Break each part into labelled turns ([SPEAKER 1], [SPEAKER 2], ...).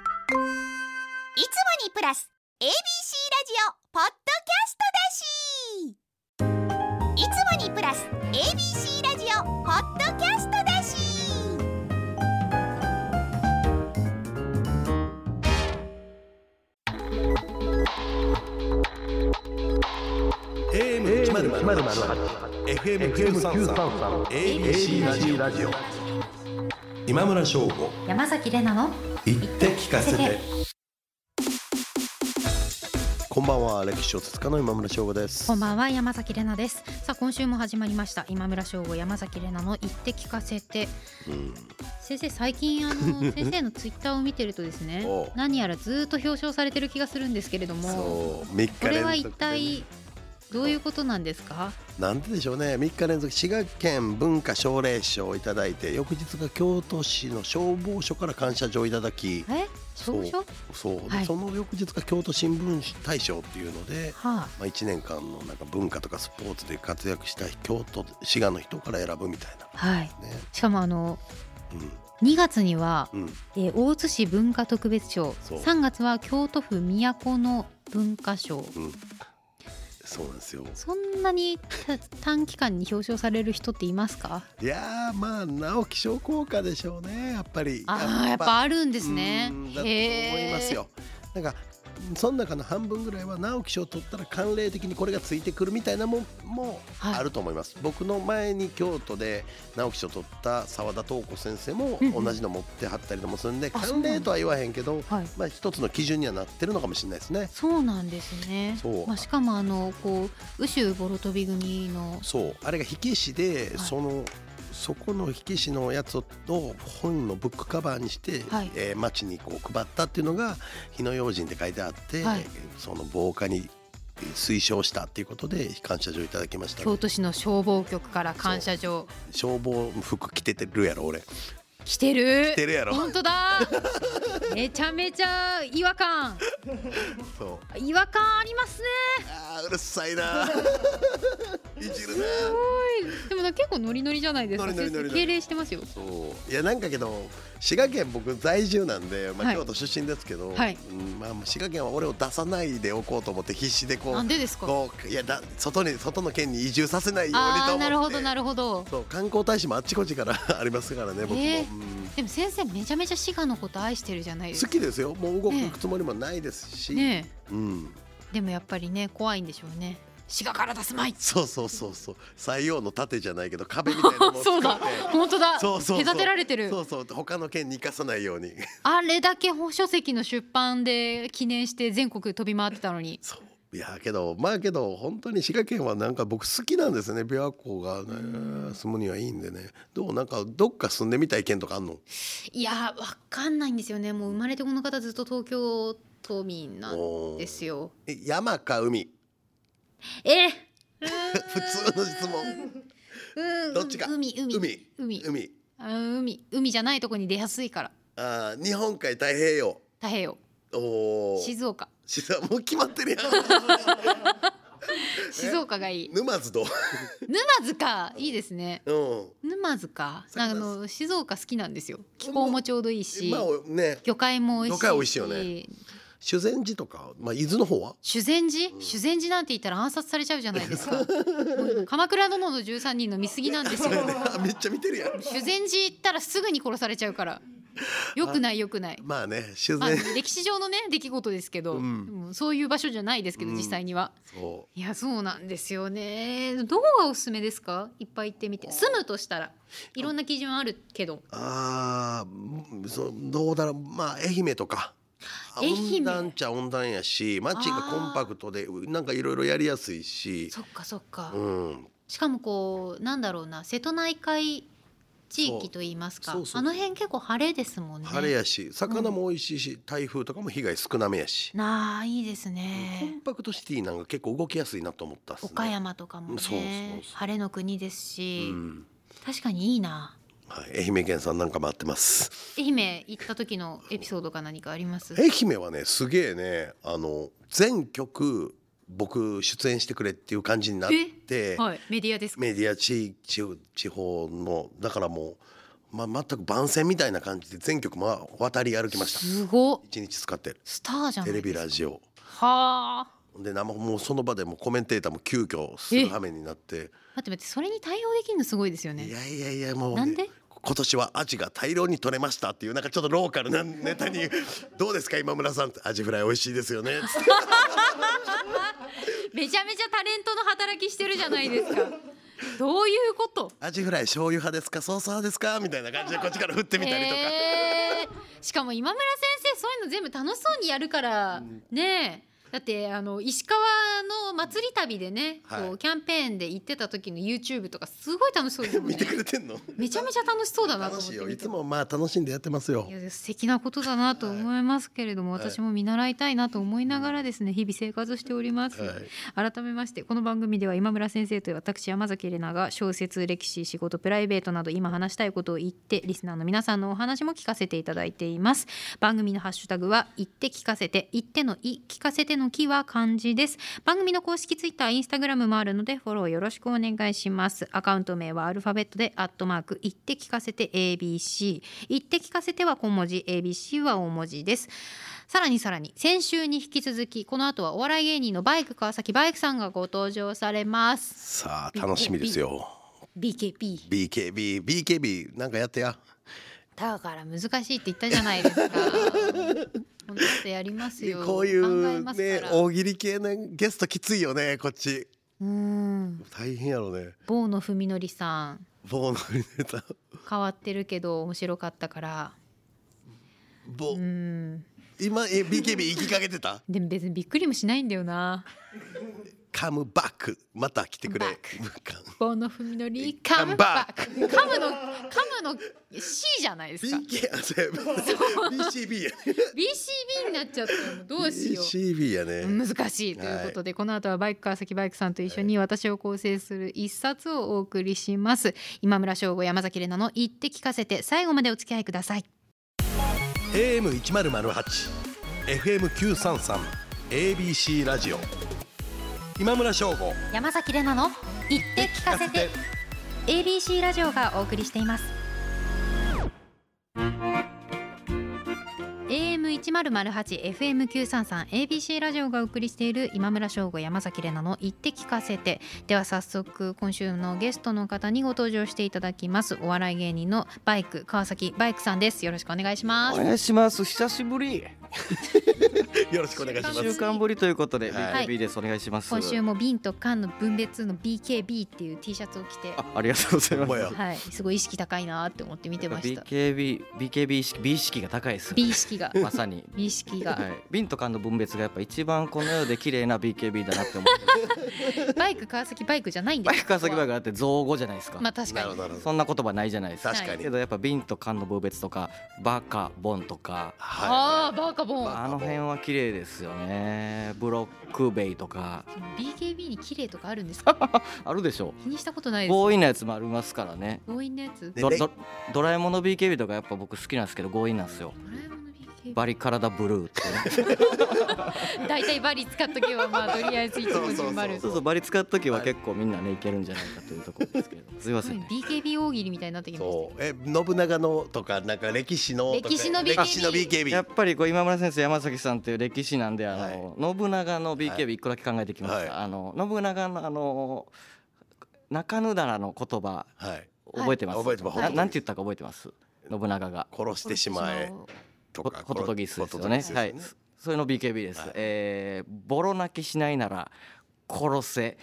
[SPEAKER 1] いつもにプラス ABC ラジオポッドキャストだしいつもにプラス ABC ラジオポッドキャストだし
[SPEAKER 2] FM933 ABC ラジオ今村翔吾
[SPEAKER 3] 山崎れなの
[SPEAKER 2] 言って聞かせて こんばんは歴史小説家の今村翔吾です
[SPEAKER 3] こんばんは山崎れなですさあ今週も始まりました今村翔吾山崎れなの言って聞かせて
[SPEAKER 2] うん
[SPEAKER 3] 先生最近 あの先生のツイッターを見てるとですね
[SPEAKER 2] おう
[SPEAKER 3] 何やらずっと表彰されてる気がするんですけれども
[SPEAKER 2] そう3
[SPEAKER 3] こ
[SPEAKER 2] 日
[SPEAKER 3] れは
[SPEAKER 2] 連
[SPEAKER 3] 一
[SPEAKER 2] 続でね、
[SPEAKER 3] 体どういうことなんですか
[SPEAKER 2] なんででしょうね3日連続滋賀県文化奨励賞をいただいて翌日が京都市の消防署から感謝状をいただき
[SPEAKER 3] え
[SPEAKER 2] そう
[SPEAKER 3] 証書は
[SPEAKER 2] そう、
[SPEAKER 3] はい
[SPEAKER 2] その翌日が京都新聞大賞っていうので
[SPEAKER 3] あ
[SPEAKER 2] まあ、1年間のなんか文化とかスポーツで活躍した京都滋賀の人から選ぶみたい
[SPEAKER 3] はい
[SPEAKER 2] なね、
[SPEAKER 3] しかもあの2月には、
[SPEAKER 2] うんうん、
[SPEAKER 3] えー大津市文化特別賞
[SPEAKER 2] そう
[SPEAKER 3] 3月は京都府都の文化賞
[SPEAKER 2] そうなんですよ
[SPEAKER 3] そんなにた短期間に表彰される人っていますか
[SPEAKER 2] いやーまあ直木賞効果でしょうねやっぱり
[SPEAKER 3] ああやっぱあるんですね
[SPEAKER 2] うんだと思
[SPEAKER 3] へ
[SPEAKER 2] います
[SPEAKER 3] え
[SPEAKER 2] よなんかその中の半分ぐらいは直木賞取ったら慣例的にこれがついてくるみたいなもんも
[SPEAKER 3] はい
[SPEAKER 2] あると思います、僕の前に京都で直木賞取った澤田東子先生も
[SPEAKER 3] うんうん
[SPEAKER 2] 同じの持ってはったりでもするんで、
[SPEAKER 3] あそうなん
[SPEAKER 2] 慣
[SPEAKER 3] だ
[SPEAKER 2] 例とは言わへんけど、
[SPEAKER 3] はい
[SPEAKER 2] まあ、一つの基準にはなってるのかもしれないですね。
[SPEAKER 3] そうなんですね
[SPEAKER 2] そう
[SPEAKER 3] まあ、しかもあのこう宇宙ボロ飛び組の
[SPEAKER 2] そうあれが火消しで、
[SPEAKER 3] い
[SPEAKER 2] そのそこの火消しのやつを本のブックカバーにして、
[SPEAKER 3] はい
[SPEAKER 2] えー街にこう配ったっていうのが「火の用心」って書いてあって、
[SPEAKER 3] はい
[SPEAKER 2] その防火に推奨したっていうことで感謝状いただきました、
[SPEAKER 3] 京都市の消防局から感謝状
[SPEAKER 2] 消防服着ててるやろ俺
[SPEAKER 3] 来てる
[SPEAKER 2] 着てるやろ
[SPEAKER 3] 本 当だめちゃめちゃ違和感
[SPEAKER 2] そう
[SPEAKER 3] 違和感ありますね
[SPEAKER 2] あーうるさいな いじるな
[SPEAKER 3] でもなんか結構ノリノリじゃないですか
[SPEAKER 2] ノリノリノリノリ
[SPEAKER 3] 先生敬礼してますよ
[SPEAKER 2] そういやなんかけど滋賀県僕在住なんで、まあ、
[SPEAKER 3] はい
[SPEAKER 2] 京都出身ですけど、
[SPEAKER 3] はい
[SPEAKER 2] うんまあ、滋賀県は俺を出さないでおこうと思って必死でこ
[SPEAKER 3] なん
[SPEAKER 2] う
[SPEAKER 3] でですか
[SPEAKER 2] こういやだ外に外の県に移住させないように
[SPEAKER 3] あ
[SPEAKER 2] と思
[SPEAKER 3] あ
[SPEAKER 2] って
[SPEAKER 3] なるほどなるほど
[SPEAKER 2] そう観光大使もあっちこっちから ありますからね僕も、
[SPEAKER 3] えー
[SPEAKER 2] うん
[SPEAKER 3] でも先生めちゃめちゃ滋賀のこと愛してるじゃないです
[SPEAKER 2] 好
[SPEAKER 3] か
[SPEAKER 2] きですよもう動
[SPEAKER 3] ね
[SPEAKER 2] くつもりもないですし、
[SPEAKER 3] ね
[SPEAKER 2] うん、
[SPEAKER 3] えでもやっぱりね怖いんでしょうね滋賀から出すまい
[SPEAKER 2] そうそうそうそう採用の盾じゃないけど壁みたいなのを作
[SPEAKER 3] そ
[SPEAKER 2] っ
[SPEAKER 3] う
[SPEAKER 2] て
[SPEAKER 3] だ本当だ
[SPEAKER 2] そうそうそう
[SPEAKER 3] 隔てられてる
[SPEAKER 2] そうそう他の県に生かさないように
[SPEAKER 3] あれだけ書籍の出版で記念して全国飛び回ってたのに
[SPEAKER 2] そういやけどまあけど本当に滋賀県はなんか僕好きなんですね琵琶湖がね住むにはいいんでねどうなんかどっか住んでみたい県とかあんの
[SPEAKER 3] いやーわかんないんですよねもう生まれてこの方ずっと東京都民なん
[SPEAKER 2] おー
[SPEAKER 3] ですよ
[SPEAKER 2] え山か海
[SPEAKER 3] え
[SPEAKER 2] 普通の質問
[SPEAKER 3] うん
[SPEAKER 2] どっちか
[SPEAKER 3] 海海
[SPEAKER 2] 海
[SPEAKER 3] 海
[SPEAKER 2] 海
[SPEAKER 3] あー海海じゃないとこに出やすいから
[SPEAKER 2] あー日本海太平洋
[SPEAKER 3] 太平洋
[SPEAKER 2] おー
[SPEAKER 3] 静岡
[SPEAKER 2] 静岡もう決ま ってるやん
[SPEAKER 3] 静岡がいい
[SPEAKER 2] 沼津どう
[SPEAKER 3] 沼津かいいですね
[SPEAKER 2] うん
[SPEAKER 3] 沼津か
[SPEAKER 2] そう
[SPEAKER 3] あ
[SPEAKER 2] なんです
[SPEAKER 3] の静岡好きなんですよ気候もちょうどいいし、
[SPEAKER 2] まあおね
[SPEAKER 3] 魚介も美味しいし
[SPEAKER 2] 魚介美味しいよね修善寺とかまあ伊豆の 方は
[SPEAKER 3] 修善寺、修善寺なんて言ったら暗殺されちゃうじゃな いですかもう鎌倉殿の13人の見過ぎなんですよ
[SPEAKER 2] あめっちゃ見てるやん
[SPEAKER 3] 修善寺行ったらすぐに殺されちゃ うからよくないよくない
[SPEAKER 2] まあね修
[SPEAKER 3] まあ
[SPEAKER 2] 善
[SPEAKER 3] 歴史上のね出来事ですけど、
[SPEAKER 2] うん
[SPEAKER 3] でもそういう場所じゃないですけど、
[SPEAKER 2] うん
[SPEAKER 3] 実際には
[SPEAKER 2] そう
[SPEAKER 3] いやそうなんですよねどこがおすすめですかいっぱい行ってみて住むとしたらいろんな基準あるけど
[SPEAKER 2] ああ、そうどうだろう、まあ愛媛とか。
[SPEAKER 3] 愛媛
[SPEAKER 2] 温暖っちゃ温暖やし、街がコンパクトで、なんかいろいろやりやすいし。
[SPEAKER 3] そっかそっか、
[SPEAKER 2] うん、
[SPEAKER 3] しかもこうなんだろうな瀬戸内海地域といいますか
[SPEAKER 2] そうそうそう
[SPEAKER 3] あの辺結構晴れですもんね
[SPEAKER 2] 晴れやし、魚も美味しいし、台風とかも被害少なめやし。
[SPEAKER 3] なあいいです
[SPEAKER 2] コン
[SPEAKER 3] ね、
[SPEAKER 2] パクトシティなんか結構動きやすいなと思ったっすね。
[SPEAKER 3] 岡山とかもね
[SPEAKER 2] そうそうそう
[SPEAKER 3] 晴れの国です
[SPEAKER 2] う
[SPEAKER 3] し、
[SPEAKER 2] ん、
[SPEAKER 3] 確かにいいな
[SPEAKER 2] はい、愛媛県さんなんか回ってます。
[SPEAKER 3] 愛媛行った時のエピソードか何かあります
[SPEAKER 2] 愛媛はね、すげえね、あの全曲僕出演してくれっていう感じになって。
[SPEAKER 3] はいメディアですか
[SPEAKER 2] メディア地地地方のだからもうまあ、全く番宣みたいな感じで全局まあ渡り歩きました
[SPEAKER 3] すごっ
[SPEAKER 2] 一日使って
[SPEAKER 3] スターじゃん
[SPEAKER 2] テレビラジオ
[SPEAKER 3] はあ
[SPEAKER 2] で生もうその場でもうコメンテーターも急遽する羽目になって
[SPEAKER 3] 待って待ってそれに対応できるのすごいですよね
[SPEAKER 2] いやいやいやもうね、
[SPEAKER 3] なんで
[SPEAKER 2] 今年はアジが大量に取れましたっていうなんかちょっとローカル なネタに「どうですか今村さん」って「アジフライ美味しいですよね」つって
[SPEAKER 3] めちゃめちゃタレントの働きしてるじゃないですかどういうこと
[SPEAKER 2] アジフライ醤油派ですかソース派ですか?」みたいな感じでこっちから振ってみたりとか。
[SPEAKER 3] へーしかも今村先生そういうの全部楽しそうにやるからねえだってあの石川の祭り旅でね、
[SPEAKER 2] はい
[SPEAKER 3] こうキャンペーンで行ってた時の YouTube とかすごい楽しそうですもん
[SPEAKER 2] 見
[SPEAKER 3] ね
[SPEAKER 2] てくれてんの
[SPEAKER 3] めちゃめちゃ楽しそうだなと
[SPEAKER 2] 楽
[SPEAKER 3] 思っ
[SPEAKER 2] していよ
[SPEAKER 3] 見
[SPEAKER 2] い
[SPEAKER 3] て
[SPEAKER 2] つもまあ楽しんでやってますよ
[SPEAKER 3] いや素敵なことだなと思いますけれども、
[SPEAKER 2] はい
[SPEAKER 3] 私も見習いたいなと思いながらですね日々生活しております、改めましてこの番組では今村先生という私山崎怜奈が小説歴史仕事プライベートなど今話したいことを言ってリスナーの皆さんのお話も聞かせていただいています番組のハッシュタグは言って聞かせて言ってのい聞かせてのきは漢字です番組の公式ツイッターインスタグラムもあるのでフォローよろしくお願いしますアカウント名はアルファベットでアットマーク言って聞かせて ABC 言って聞かせては小文字 ABC は大文字ですさらにさらに先週に引き続きこの後はお笑い芸人のバイク川崎バイクさんがご登場されます
[SPEAKER 2] さあ楽しみですよ
[SPEAKER 3] BKP
[SPEAKER 2] BKBBKB なんかやってや
[SPEAKER 3] だから難しいって言ったじゃないですか 本当やりますよ
[SPEAKER 2] こうい
[SPEAKER 3] 考え
[SPEAKER 2] う
[SPEAKER 3] ます
[SPEAKER 2] ね
[SPEAKER 3] から
[SPEAKER 2] 大喜利系のゲストきついよねこっち
[SPEAKER 3] うん
[SPEAKER 2] 大変やろね
[SPEAKER 3] 坊野文則さん
[SPEAKER 2] 棒のネタ
[SPEAKER 3] 変わってるけど面白かったから
[SPEAKER 2] 棒
[SPEAKER 3] うん
[SPEAKER 2] 今え BKB 生きかけてた
[SPEAKER 3] でも別にびっくりもしないんだよな
[SPEAKER 2] カムバックまた来てくれ
[SPEAKER 3] Come 坊野文則カ
[SPEAKER 2] Come
[SPEAKER 3] ムバックカムのカムの C じゃないですか
[SPEAKER 2] BK あそうや BCB や
[SPEAKER 3] BCB になっちゃったよもうどうしよう
[SPEAKER 2] BCB やね
[SPEAKER 3] 難しいということで、この後はバイク川崎バイクさんと一緒に私を構成する一冊をお送りします今村翔吾山崎怜奈の言って聞かせて最後までお付き合いください
[SPEAKER 2] AM 一ゼロゼロ八 FM 九三三 ABC ラジオ今村翔吾
[SPEAKER 3] 山崎怜奈の言って聞かせて ABC ラジオがお送りしています AM1008 FM933 ABC ラジオがお送りしている今村翔吾山崎怜奈の言って聞かせてでは早速今週のゲストの方にご登場していただきますお笑い芸人のバイク川崎バイクさんですよろしくお願いしま
[SPEAKER 4] お
[SPEAKER 3] す
[SPEAKER 4] 願いします。久しぶり。
[SPEAKER 2] よろしくお願いしま
[SPEAKER 4] 一
[SPEAKER 2] す
[SPEAKER 4] 週間ぶりということで、
[SPEAKER 2] はい
[SPEAKER 4] BKB です。お願いします。
[SPEAKER 3] 今週も瓶と缶の分別の BKB っていう T シャツを着て
[SPEAKER 4] あ、ありがとうございま
[SPEAKER 2] ほんまや
[SPEAKER 4] す。
[SPEAKER 3] はいすごい意識高いなって思って見てました
[SPEAKER 4] BKB、BKB 意識、B 意識が高いです。
[SPEAKER 3] 美意識が
[SPEAKER 4] まさに。
[SPEAKER 3] 美意識
[SPEAKER 4] は
[SPEAKER 3] が
[SPEAKER 4] い、瓶と缶の分別がやっぱ一番この世で綺麗な BKB だなって思 って
[SPEAKER 3] バイク川崎バイクじゃないんで
[SPEAKER 4] バイ
[SPEAKER 3] す
[SPEAKER 4] ク川崎バイクだって造語じゃないですか、
[SPEAKER 3] まあ確か
[SPEAKER 2] なる
[SPEAKER 3] に
[SPEAKER 2] ほどなるほど
[SPEAKER 4] そんな言葉ないじゃないですか
[SPEAKER 2] 確かに
[SPEAKER 4] けどやっぱ瓶と缶の分別とかバカボンとか
[SPEAKER 2] は
[SPEAKER 3] ああーバーカボン
[SPEAKER 4] あの辺は綺麗ですよねブロックベイとか
[SPEAKER 3] BKB に綺麗とかあるんですか
[SPEAKER 4] あるでしょ
[SPEAKER 3] 気にしたことないです
[SPEAKER 4] 強引なやつもありますからね
[SPEAKER 3] 強引なやつ
[SPEAKER 2] ね
[SPEAKER 4] ド
[SPEAKER 2] レイ
[SPEAKER 4] ドドラえもんの BKB とかやっぱ僕好きなんですけど強引なんですよ
[SPEAKER 3] ドラえもんの BKB
[SPEAKER 4] バリカラダブルー ってね
[SPEAKER 3] 大体バリ使っとけば まあとりあえず一文字埋まる
[SPEAKER 4] そう そうバリ使う時は結構みんなねいけるんじゃないかというところです けれどもすいませんね
[SPEAKER 3] BKB 大喜利みたいになって
[SPEAKER 2] い
[SPEAKER 3] きまし
[SPEAKER 2] そうえ信長のとかなんか歴史のとか
[SPEAKER 3] 歴史の BKB
[SPEAKER 2] 歴史の BKB
[SPEAKER 4] やっぱりこう今村先生山崎さんっていう歴史なんであの、信長の
[SPEAKER 2] は
[SPEAKER 4] BKB 一個だけ考えてきました、
[SPEAKER 2] はい
[SPEAKER 4] あの信長のあの中野棚の言葉
[SPEAKER 2] はい
[SPEAKER 4] 覚えてます、
[SPEAKER 2] はい覚えてます
[SPEAKER 4] な
[SPEAKER 2] はい
[SPEAKER 4] なんて言ったか覚えてます信長が
[SPEAKER 2] 殺してしまえと
[SPEAKER 4] ホ
[SPEAKER 2] か
[SPEAKER 4] トトギスですよ
[SPEAKER 2] ホ
[SPEAKER 4] ね。
[SPEAKER 2] トトギスですよ
[SPEAKER 4] はい、それの BKB です。
[SPEAKER 2] はい
[SPEAKER 4] えーボロ泣きしないなら殺せ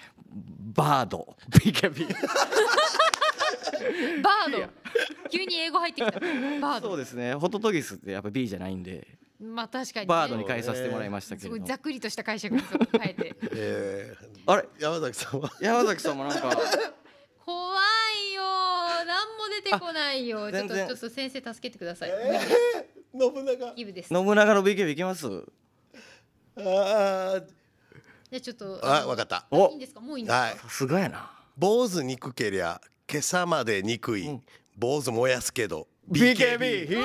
[SPEAKER 4] バード BKB。
[SPEAKER 3] たバード急に英語入ってきたバー
[SPEAKER 4] そう
[SPEAKER 3] ド
[SPEAKER 4] ですね。ホトトギスってやっぱ B じゃないんで、
[SPEAKER 3] まあ確かにね
[SPEAKER 4] バードに変えさせてもらいましたけ
[SPEAKER 3] す
[SPEAKER 4] れ
[SPEAKER 3] ご
[SPEAKER 4] ど
[SPEAKER 3] い
[SPEAKER 4] も。
[SPEAKER 3] ざっくりとした解釈にそこ変え て
[SPEAKER 2] え
[SPEAKER 4] あれ
[SPEAKER 2] ー、山崎さんは
[SPEAKER 4] 山崎さんもな んか
[SPEAKER 3] 怖いよ何も出てこないよ
[SPEAKER 4] あ
[SPEAKER 3] ちょっ
[SPEAKER 4] 全
[SPEAKER 3] と
[SPEAKER 4] 然
[SPEAKER 3] ちょっと先生助けてください
[SPEAKER 2] 信長
[SPEAKER 3] ギブですじゃ
[SPEAKER 4] 信長の BKB いきます。
[SPEAKER 2] あ
[SPEAKER 3] あちょっと
[SPEAKER 2] ーあわかった
[SPEAKER 3] いいん
[SPEAKER 4] お
[SPEAKER 3] ですかもういいんですか
[SPEAKER 2] はい
[SPEAKER 4] さすがやな。
[SPEAKER 2] 坊主憎けりゃ今朝まで憎い、
[SPEAKER 4] うん
[SPEAKER 2] 坊主燃やすけど
[SPEAKER 4] BKB。いや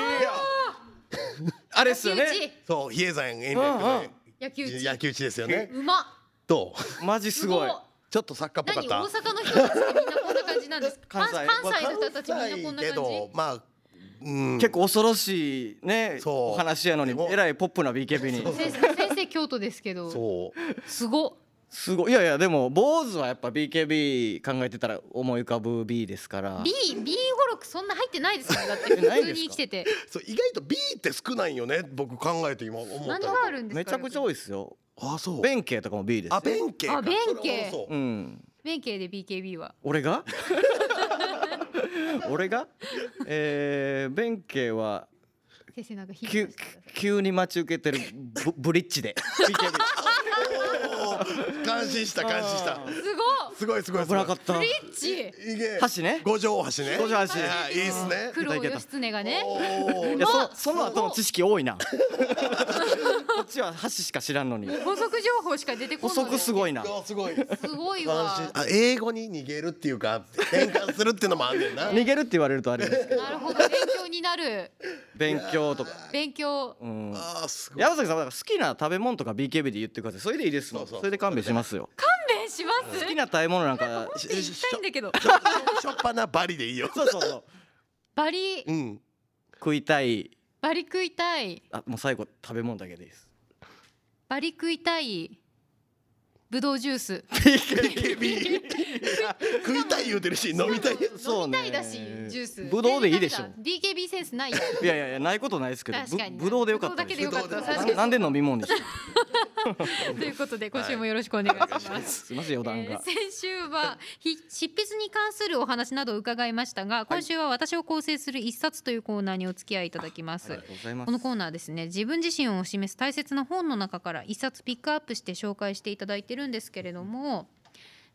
[SPEAKER 4] あれっすよね
[SPEAKER 3] 野。球打ち
[SPEAKER 2] そう比叡山延
[SPEAKER 4] うんう
[SPEAKER 2] 暦
[SPEAKER 4] ん
[SPEAKER 3] 野球打
[SPEAKER 2] の
[SPEAKER 3] ち
[SPEAKER 2] 野球打ちですよね
[SPEAKER 3] うまっ
[SPEAKER 2] と
[SPEAKER 4] マジすごい。
[SPEAKER 2] ちょっとサッカーっぽか
[SPEAKER 3] 何
[SPEAKER 2] っ
[SPEAKER 3] 大
[SPEAKER 2] た
[SPEAKER 3] 阪の人たちってみんなこんな感じなんですか
[SPEAKER 4] 関西
[SPEAKER 3] 関関西の人たちみんなこんな
[SPEAKER 2] まあ関西け
[SPEAKER 3] 感
[SPEAKER 2] どまあうん
[SPEAKER 4] 結構恐ろしいね
[SPEAKER 2] そう
[SPEAKER 4] お話やのに
[SPEAKER 2] でも
[SPEAKER 4] えらいポップな BKB に
[SPEAKER 3] 先生先生京都ですけど
[SPEAKER 2] そう
[SPEAKER 3] すご
[SPEAKER 4] すごいいやいやでも坊主はやっぱ BKB 考えてたら思い浮かぶ B ですから
[SPEAKER 3] B B 語録そんな入ってないですもんだって
[SPEAKER 4] えない
[SPEAKER 3] 普通
[SPEAKER 4] です
[SPEAKER 3] に
[SPEAKER 4] か
[SPEAKER 3] 生きてて
[SPEAKER 2] そう意外と B って少ないよね僕考えて今思った
[SPEAKER 3] 何
[SPEAKER 2] けど
[SPEAKER 3] があるんですか
[SPEAKER 4] めちゃくちゃ多いですよ
[SPEAKER 2] あそう
[SPEAKER 4] 弁慶とかも B ですよ
[SPEAKER 2] あ弁慶か
[SPEAKER 3] あ弁慶
[SPEAKER 2] それはそう
[SPEAKER 4] うん
[SPEAKER 3] 弁慶で BKB は
[SPEAKER 4] 俺が 俺がえー、弁慶は
[SPEAKER 3] 先生なんかヒント
[SPEAKER 4] 急
[SPEAKER 3] してください
[SPEAKER 4] 急に待ち受けてるブブリッジで BKB
[SPEAKER 2] おー感心した感心した
[SPEAKER 4] あー
[SPEAKER 3] すごい
[SPEAKER 2] すごいすごいす
[SPEAKER 4] 危
[SPEAKER 2] ごい
[SPEAKER 4] なかった
[SPEAKER 3] ブリッジ
[SPEAKER 2] いけ
[SPEAKER 4] 橋ね
[SPEAKER 2] 五条大橋ね
[SPEAKER 4] 五条大橋
[SPEAKER 2] はいいいっすね
[SPEAKER 3] 九郎義経がね
[SPEAKER 4] い
[SPEAKER 2] お
[SPEAKER 4] や
[SPEAKER 2] ー
[SPEAKER 4] そその後の知識多いな こっちは箸しか知らんのに
[SPEAKER 3] 補足情報しか出てこ
[SPEAKER 4] 補
[SPEAKER 3] ない
[SPEAKER 4] 足すごい
[SPEAKER 3] い
[SPEAKER 4] な
[SPEAKER 2] あすごい
[SPEAKER 3] すごいわ
[SPEAKER 2] 感心あ英語に逃げるっていうか変換するっていうのもあんねんな
[SPEAKER 4] 逃げるって言われるとあれですけど
[SPEAKER 3] なるほど勉強になる
[SPEAKER 4] 勉強とか
[SPEAKER 3] 勉強
[SPEAKER 4] うん
[SPEAKER 2] あーすごい
[SPEAKER 4] 山崎さんだから好きな食べ物とか BKB で言ってくださいそれでいいですもん
[SPEAKER 2] そうそう
[SPEAKER 4] それで勘弁しますよ
[SPEAKER 3] 勘弁します
[SPEAKER 4] 好きな食べ物なんか
[SPEAKER 2] し
[SPEAKER 3] 行きたいんだけど
[SPEAKER 2] しょしょっぱなバリでいいよ。
[SPEAKER 4] そうそうそう
[SPEAKER 3] バリ
[SPEAKER 2] うん。
[SPEAKER 4] 食いたい
[SPEAKER 3] バリ食いたい
[SPEAKER 4] あもう最後食べ物だけでいいです
[SPEAKER 3] バリ食いたいぶどうジュース
[SPEAKER 2] BKB。食いたい言うてるし飲みたい。
[SPEAKER 4] そ う
[SPEAKER 3] 飲みた
[SPEAKER 4] ね
[SPEAKER 3] いだしジュース
[SPEAKER 4] ぶどうでいいでしょ
[SPEAKER 3] 全然ダメだ DKB センスないよ
[SPEAKER 4] いやいやいやないことないですけど
[SPEAKER 3] 確かに
[SPEAKER 4] ぶぶどうでよかった
[SPEAKER 3] ぶ
[SPEAKER 4] で
[SPEAKER 3] どうだけでよかった確
[SPEAKER 4] すな
[SPEAKER 3] かに
[SPEAKER 4] なんで飲み物にした
[SPEAKER 3] ということで今週もよろしくお願いし ます
[SPEAKER 4] すいません余談
[SPEAKER 3] えー
[SPEAKER 4] が
[SPEAKER 3] 先週はひ執筆に関するお話などを伺いましたが今週は私を構成する一冊というコーナーにお付き合いいただきます、
[SPEAKER 4] ありがとうございます
[SPEAKER 3] このコーナーですね自分自身を示す大切な本の中から一冊ピックアップして紹介していただいてるんですけれども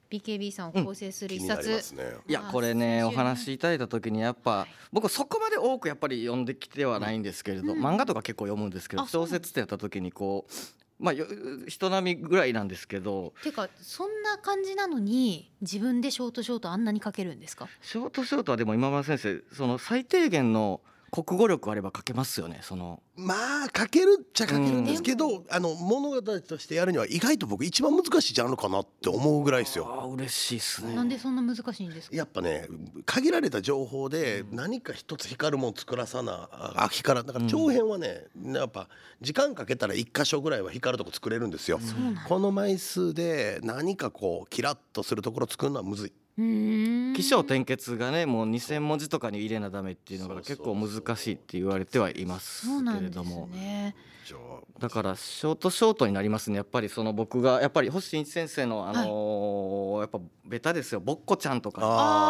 [SPEAKER 3] BKB さんを構成する一冊、
[SPEAKER 2] ね。
[SPEAKER 4] いや
[SPEAKER 3] まあ
[SPEAKER 4] これね
[SPEAKER 3] 先週
[SPEAKER 4] お話いただいた時にやっぱ僕そこまで多くやっぱり読んできてはないんですけれど
[SPEAKER 3] うん
[SPEAKER 4] 漫画とか結構読むんですけど
[SPEAKER 3] あそうな
[SPEAKER 4] 小
[SPEAKER 3] んだ
[SPEAKER 4] 説ってやった時にこうまあよ人並みぐらいなんですけど
[SPEAKER 3] てかそんな感じなのに自分でショートショートあんなに書けるんですか
[SPEAKER 4] ショートショートはでも今村先生その最低限の国語力あれば書けますよねその
[SPEAKER 2] まあ書けるっちゃ書けるんですけど、あの物語としてやるには意外と僕一番難しいジャンルかなって思うぐらいですよ。
[SPEAKER 4] あー嬉しいですね
[SPEAKER 3] なんでそんな難しいんですか
[SPEAKER 2] やっぱね限られた情報で何か一つ光るもん作らさなあ光らだから長編はね、やっぱ時間かけたら一箇所ぐらいは光るとこ作れるんですよ。この枚数で何かこうキラッとするところ作るのはむずい。
[SPEAKER 3] うーん
[SPEAKER 4] 起承転結がねもう2,000文字とかに入れなダメっていうのが
[SPEAKER 2] そう
[SPEAKER 4] 結
[SPEAKER 2] そうそ
[SPEAKER 4] 構
[SPEAKER 2] う
[SPEAKER 4] 難しいって言われてはいます
[SPEAKER 3] そうな
[SPEAKER 4] けれ
[SPEAKER 3] んで
[SPEAKER 4] ど
[SPEAKER 3] す
[SPEAKER 4] も。
[SPEAKER 3] ね
[SPEAKER 2] じゃあ
[SPEAKER 4] だからショートショートになりますねやっぱりその僕がやっぱり星新一先生のあのーやっぱベタですよ「ぼっこちゃん」とか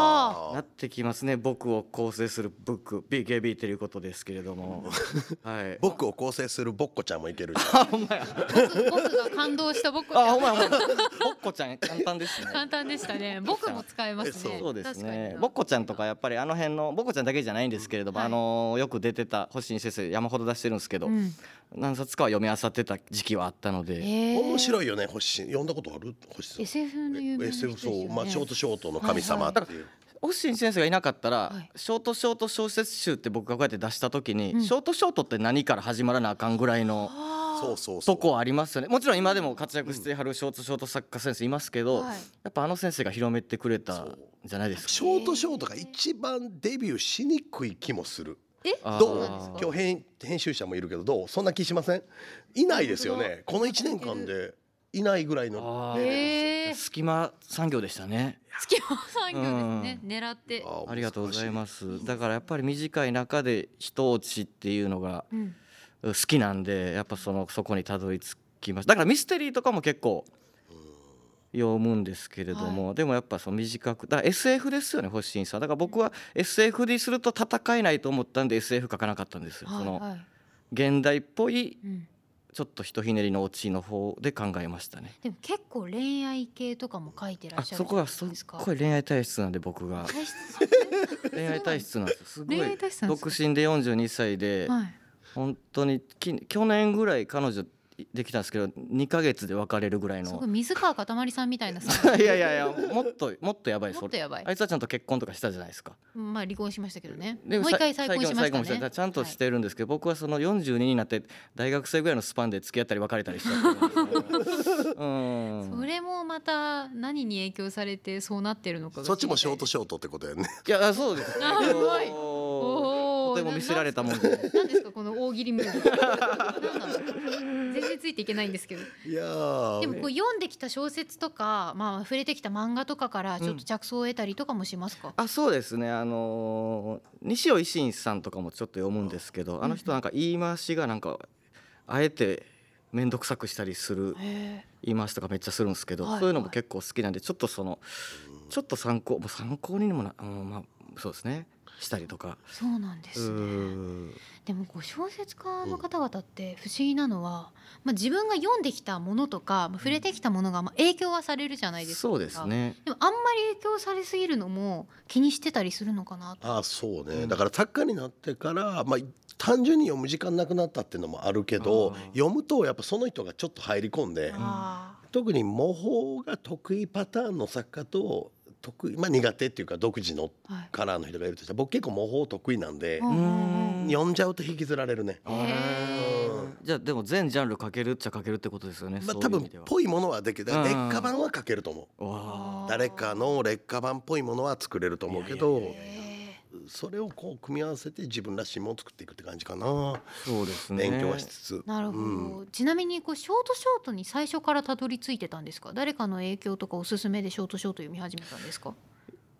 [SPEAKER 2] あ
[SPEAKER 4] なってきますね僕を構成するブック BKB ということですけれ どもはい
[SPEAKER 2] 僕を構成するぼっこちゃんもいけるじゃん
[SPEAKER 4] あほんまや
[SPEAKER 3] 僕僕が感動した僕
[SPEAKER 4] あほんまやほんまやぼっこちゃん簡 単ですね
[SPEAKER 3] 簡単でしたね僕も使えます
[SPEAKER 2] え
[SPEAKER 3] ね
[SPEAKER 4] そうです
[SPEAKER 3] 確かに
[SPEAKER 4] ね
[SPEAKER 3] な
[SPEAKER 4] ぼっこちゃんとかやっぱりあの辺のぼっこちゃんだけじゃないんですけれども、
[SPEAKER 3] はい
[SPEAKER 4] あのーよく出てた星新先生山ほど出してるんですけど、
[SPEAKER 3] うん
[SPEAKER 4] 何冊かは読み漁ってた時期はあったので、
[SPEAKER 2] 面
[SPEAKER 3] い
[SPEAKER 2] 白いよね星読んだことある星さん
[SPEAKER 3] SF の有名な人
[SPEAKER 2] SF
[SPEAKER 3] です
[SPEAKER 2] そ
[SPEAKER 3] よ
[SPEAKER 2] う、
[SPEAKER 3] ね
[SPEAKER 2] まあ、ショートショートの神様っていう、
[SPEAKER 4] 星新先生がいなかったら、
[SPEAKER 3] はい
[SPEAKER 4] ショートショート小説集って僕がこうやって出した時に、
[SPEAKER 3] うん
[SPEAKER 4] ショートショートって何から始まらなあかんぐらいの
[SPEAKER 3] あー
[SPEAKER 2] そうそうそう
[SPEAKER 4] とこはありますよねもちろん今でも活躍してはるショートショート作家先生いますけど、
[SPEAKER 3] はい
[SPEAKER 4] やっぱあの先生が広めてくれたんじゃないですか。
[SPEAKER 2] ショートショートが一番デビューしにくい気もする
[SPEAKER 4] あー
[SPEAKER 2] ど
[SPEAKER 3] そう
[SPEAKER 2] う
[SPEAKER 3] なんですか
[SPEAKER 2] 今日編編集者もいるけどどうそんな気しませんいないですよねこの1年間でいないぐらいの
[SPEAKER 4] あー
[SPEAKER 3] へえ
[SPEAKER 4] 隙間産業でしたね
[SPEAKER 3] 月間産業ですね狙って
[SPEAKER 2] あー
[SPEAKER 4] ありがとうございますすだからやっぱり短い中で人落ちっていうのが
[SPEAKER 3] うん
[SPEAKER 4] 好きなんでやっぱそのそこにたどり着きましただからミステリーとかも結構読むんですけれども、でもやっぱその短くだから SF ですよね星新さんだから僕は SF にすると戦えないと思ったんで SF 書かなかったんですよ、
[SPEAKER 3] はい
[SPEAKER 4] その
[SPEAKER 3] はい
[SPEAKER 4] 現代っぽい
[SPEAKER 3] うん
[SPEAKER 4] ちょっとひとひねりのオチの方で考えましたね
[SPEAKER 3] でも結構恋愛系とかも書いてら
[SPEAKER 4] あ
[SPEAKER 3] っしゃる
[SPEAKER 4] そ
[SPEAKER 3] じ
[SPEAKER 4] こ
[SPEAKER 3] ゃな
[SPEAKER 4] はいすっ
[SPEAKER 3] ですか
[SPEAKER 4] ごい恋愛体質なんで僕が
[SPEAKER 3] 体質
[SPEAKER 4] 恋愛体質なんですよすご い
[SPEAKER 3] 恋愛体質なんです
[SPEAKER 4] 独
[SPEAKER 3] か
[SPEAKER 4] 身で42歳で、
[SPEAKER 3] はい
[SPEAKER 4] 本当にき去年ぐらい彼女できたんですけど2ヶ月で別れるぐらい
[SPEAKER 3] す
[SPEAKER 4] の
[SPEAKER 3] ごい水川かたまりさんみたいなさ
[SPEAKER 4] いやいやいやもっともっとやばいです
[SPEAKER 3] もっとやばい
[SPEAKER 4] あいつはちゃんと結婚とかしたじゃないですか
[SPEAKER 3] まあ離婚しましたけどね
[SPEAKER 4] で
[SPEAKER 3] もう一回再婚しま
[SPEAKER 4] 再
[SPEAKER 3] した
[SPEAKER 4] 婚もだから
[SPEAKER 3] ね
[SPEAKER 4] ちゃんとしてるんですけど、僕はその42になって大学生ぐらいのスパンで付き合ったり別れたりしちゃってるんです ようん
[SPEAKER 3] それもまた何に影響されてそうなってるのかが
[SPEAKER 2] そっちもショート
[SPEAKER 3] 知
[SPEAKER 2] ショートってことやね
[SPEAKER 4] いやそうですね
[SPEAKER 3] あすごい
[SPEAKER 4] こ
[SPEAKER 3] お
[SPEAKER 4] う
[SPEAKER 3] ー
[SPEAKER 4] でも見せられたもん
[SPEAKER 3] で
[SPEAKER 4] で。
[SPEAKER 3] 何ですかこの大喜利ムー ブ何なの全然ついていけないんですけど
[SPEAKER 2] いやー
[SPEAKER 3] でもこう読んできた小説とか、まあ、触れてきた漫画とかからちょっと着想を得たりとかもしますか、
[SPEAKER 4] あそうですねあのー西尾維新さんとかもちょっと読むんですけどあの人なんか言い回しがなんかあえて面倒くさくしたりする
[SPEAKER 3] へ
[SPEAKER 4] 言い回しとかめっちゃするんですけど、
[SPEAKER 3] はい
[SPEAKER 4] そういうのも結構好きなんでちょっとそのちょっと参考もう参考にもな、うん、まあそうですねしたりとか。
[SPEAKER 3] ーそうなんです
[SPEAKER 4] う
[SPEAKER 3] ね
[SPEAKER 4] ん
[SPEAKER 3] でもこう小説家の方々って不思議なのは、まあ、自分が読んできたものとかまあ触れてきたものがまあ影響はされるじゃないですか
[SPEAKER 4] そうですね。
[SPEAKER 3] でもあんまり影響されすぎるのも気にしてたりするのかなと
[SPEAKER 2] あそうね、
[SPEAKER 4] うん
[SPEAKER 2] だから作家になってから、まあ、単純に読む時間なくなったっていうのもあるけど
[SPEAKER 4] あー
[SPEAKER 2] 読むとやっぱその人がちょっと入り込んで
[SPEAKER 3] あ
[SPEAKER 2] 特に模倣が得意パターンの作家と得意、まあ、苦手っていうか独自の
[SPEAKER 3] ーはい
[SPEAKER 2] カラーの人がいるとしたら僕結構模倣得意なんで
[SPEAKER 3] うんうんうん
[SPEAKER 2] 読んじゃうと引きずられるね。
[SPEAKER 3] へー
[SPEAKER 2] うん
[SPEAKER 4] じゃあでも全ジャンル書けるっちゃ書けるってことですよね。
[SPEAKER 2] まあ、
[SPEAKER 4] そう
[SPEAKER 2] 多
[SPEAKER 4] いう意
[SPEAKER 2] 分
[SPEAKER 4] 味では
[SPEAKER 2] ぽいものはできるだから
[SPEAKER 4] うん
[SPEAKER 2] 劣化版は書けると思う
[SPEAKER 4] わあ
[SPEAKER 3] ー
[SPEAKER 2] 誰かの劣化版っぽいものは作れると思うけ
[SPEAKER 4] いやい
[SPEAKER 2] ど
[SPEAKER 4] やい
[SPEAKER 3] へ
[SPEAKER 2] それをこう組み合わせて自分らしいものを作っていくって感じかな
[SPEAKER 4] そうですね。
[SPEAKER 2] 勉強はしつつ
[SPEAKER 3] ー。なるほど、
[SPEAKER 2] うん
[SPEAKER 3] ちなみにこうショートショートに最初からたどり着いてたんですか誰かの影響とかおすすめでショートショート読み始めたんですか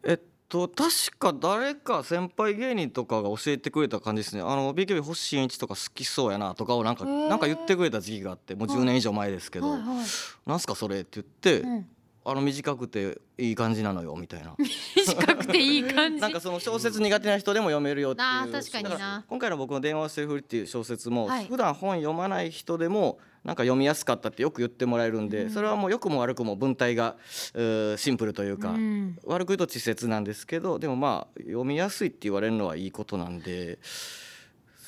[SPEAKER 4] えっと確か誰か先輩芸人とかが教えてくれた感じですね。あの BKB 星新一とか好きそうやなとかをなんか
[SPEAKER 3] へー
[SPEAKER 4] なんか言ってくれた時期があってもう10年以上前ですけど、
[SPEAKER 3] はいはい
[SPEAKER 4] なんすかそれって言って、
[SPEAKER 3] うん、
[SPEAKER 4] あの短くていい感じなのよみたいな。
[SPEAKER 3] 短くていい感じ
[SPEAKER 4] なんかその小説苦手な人でも読めるよっていう
[SPEAKER 3] あー確かにな
[SPEAKER 4] だら今回の僕の「電話してるふり」っていう小説も、
[SPEAKER 3] はい
[SPEAKER 4] 普段本読まない人でもなんか読みやすかったってよく言ってもらえるんで、
[SPEAKER 3] うん
[SPEAKER 4] それはもう良くも悪くも文体がうーシンプルというか、
[SPEAKER 3] うん
[SPEAKER 4] 悪く言うと稚拙なんですけどでもまあ読みやすいって言われるのはいいことなんで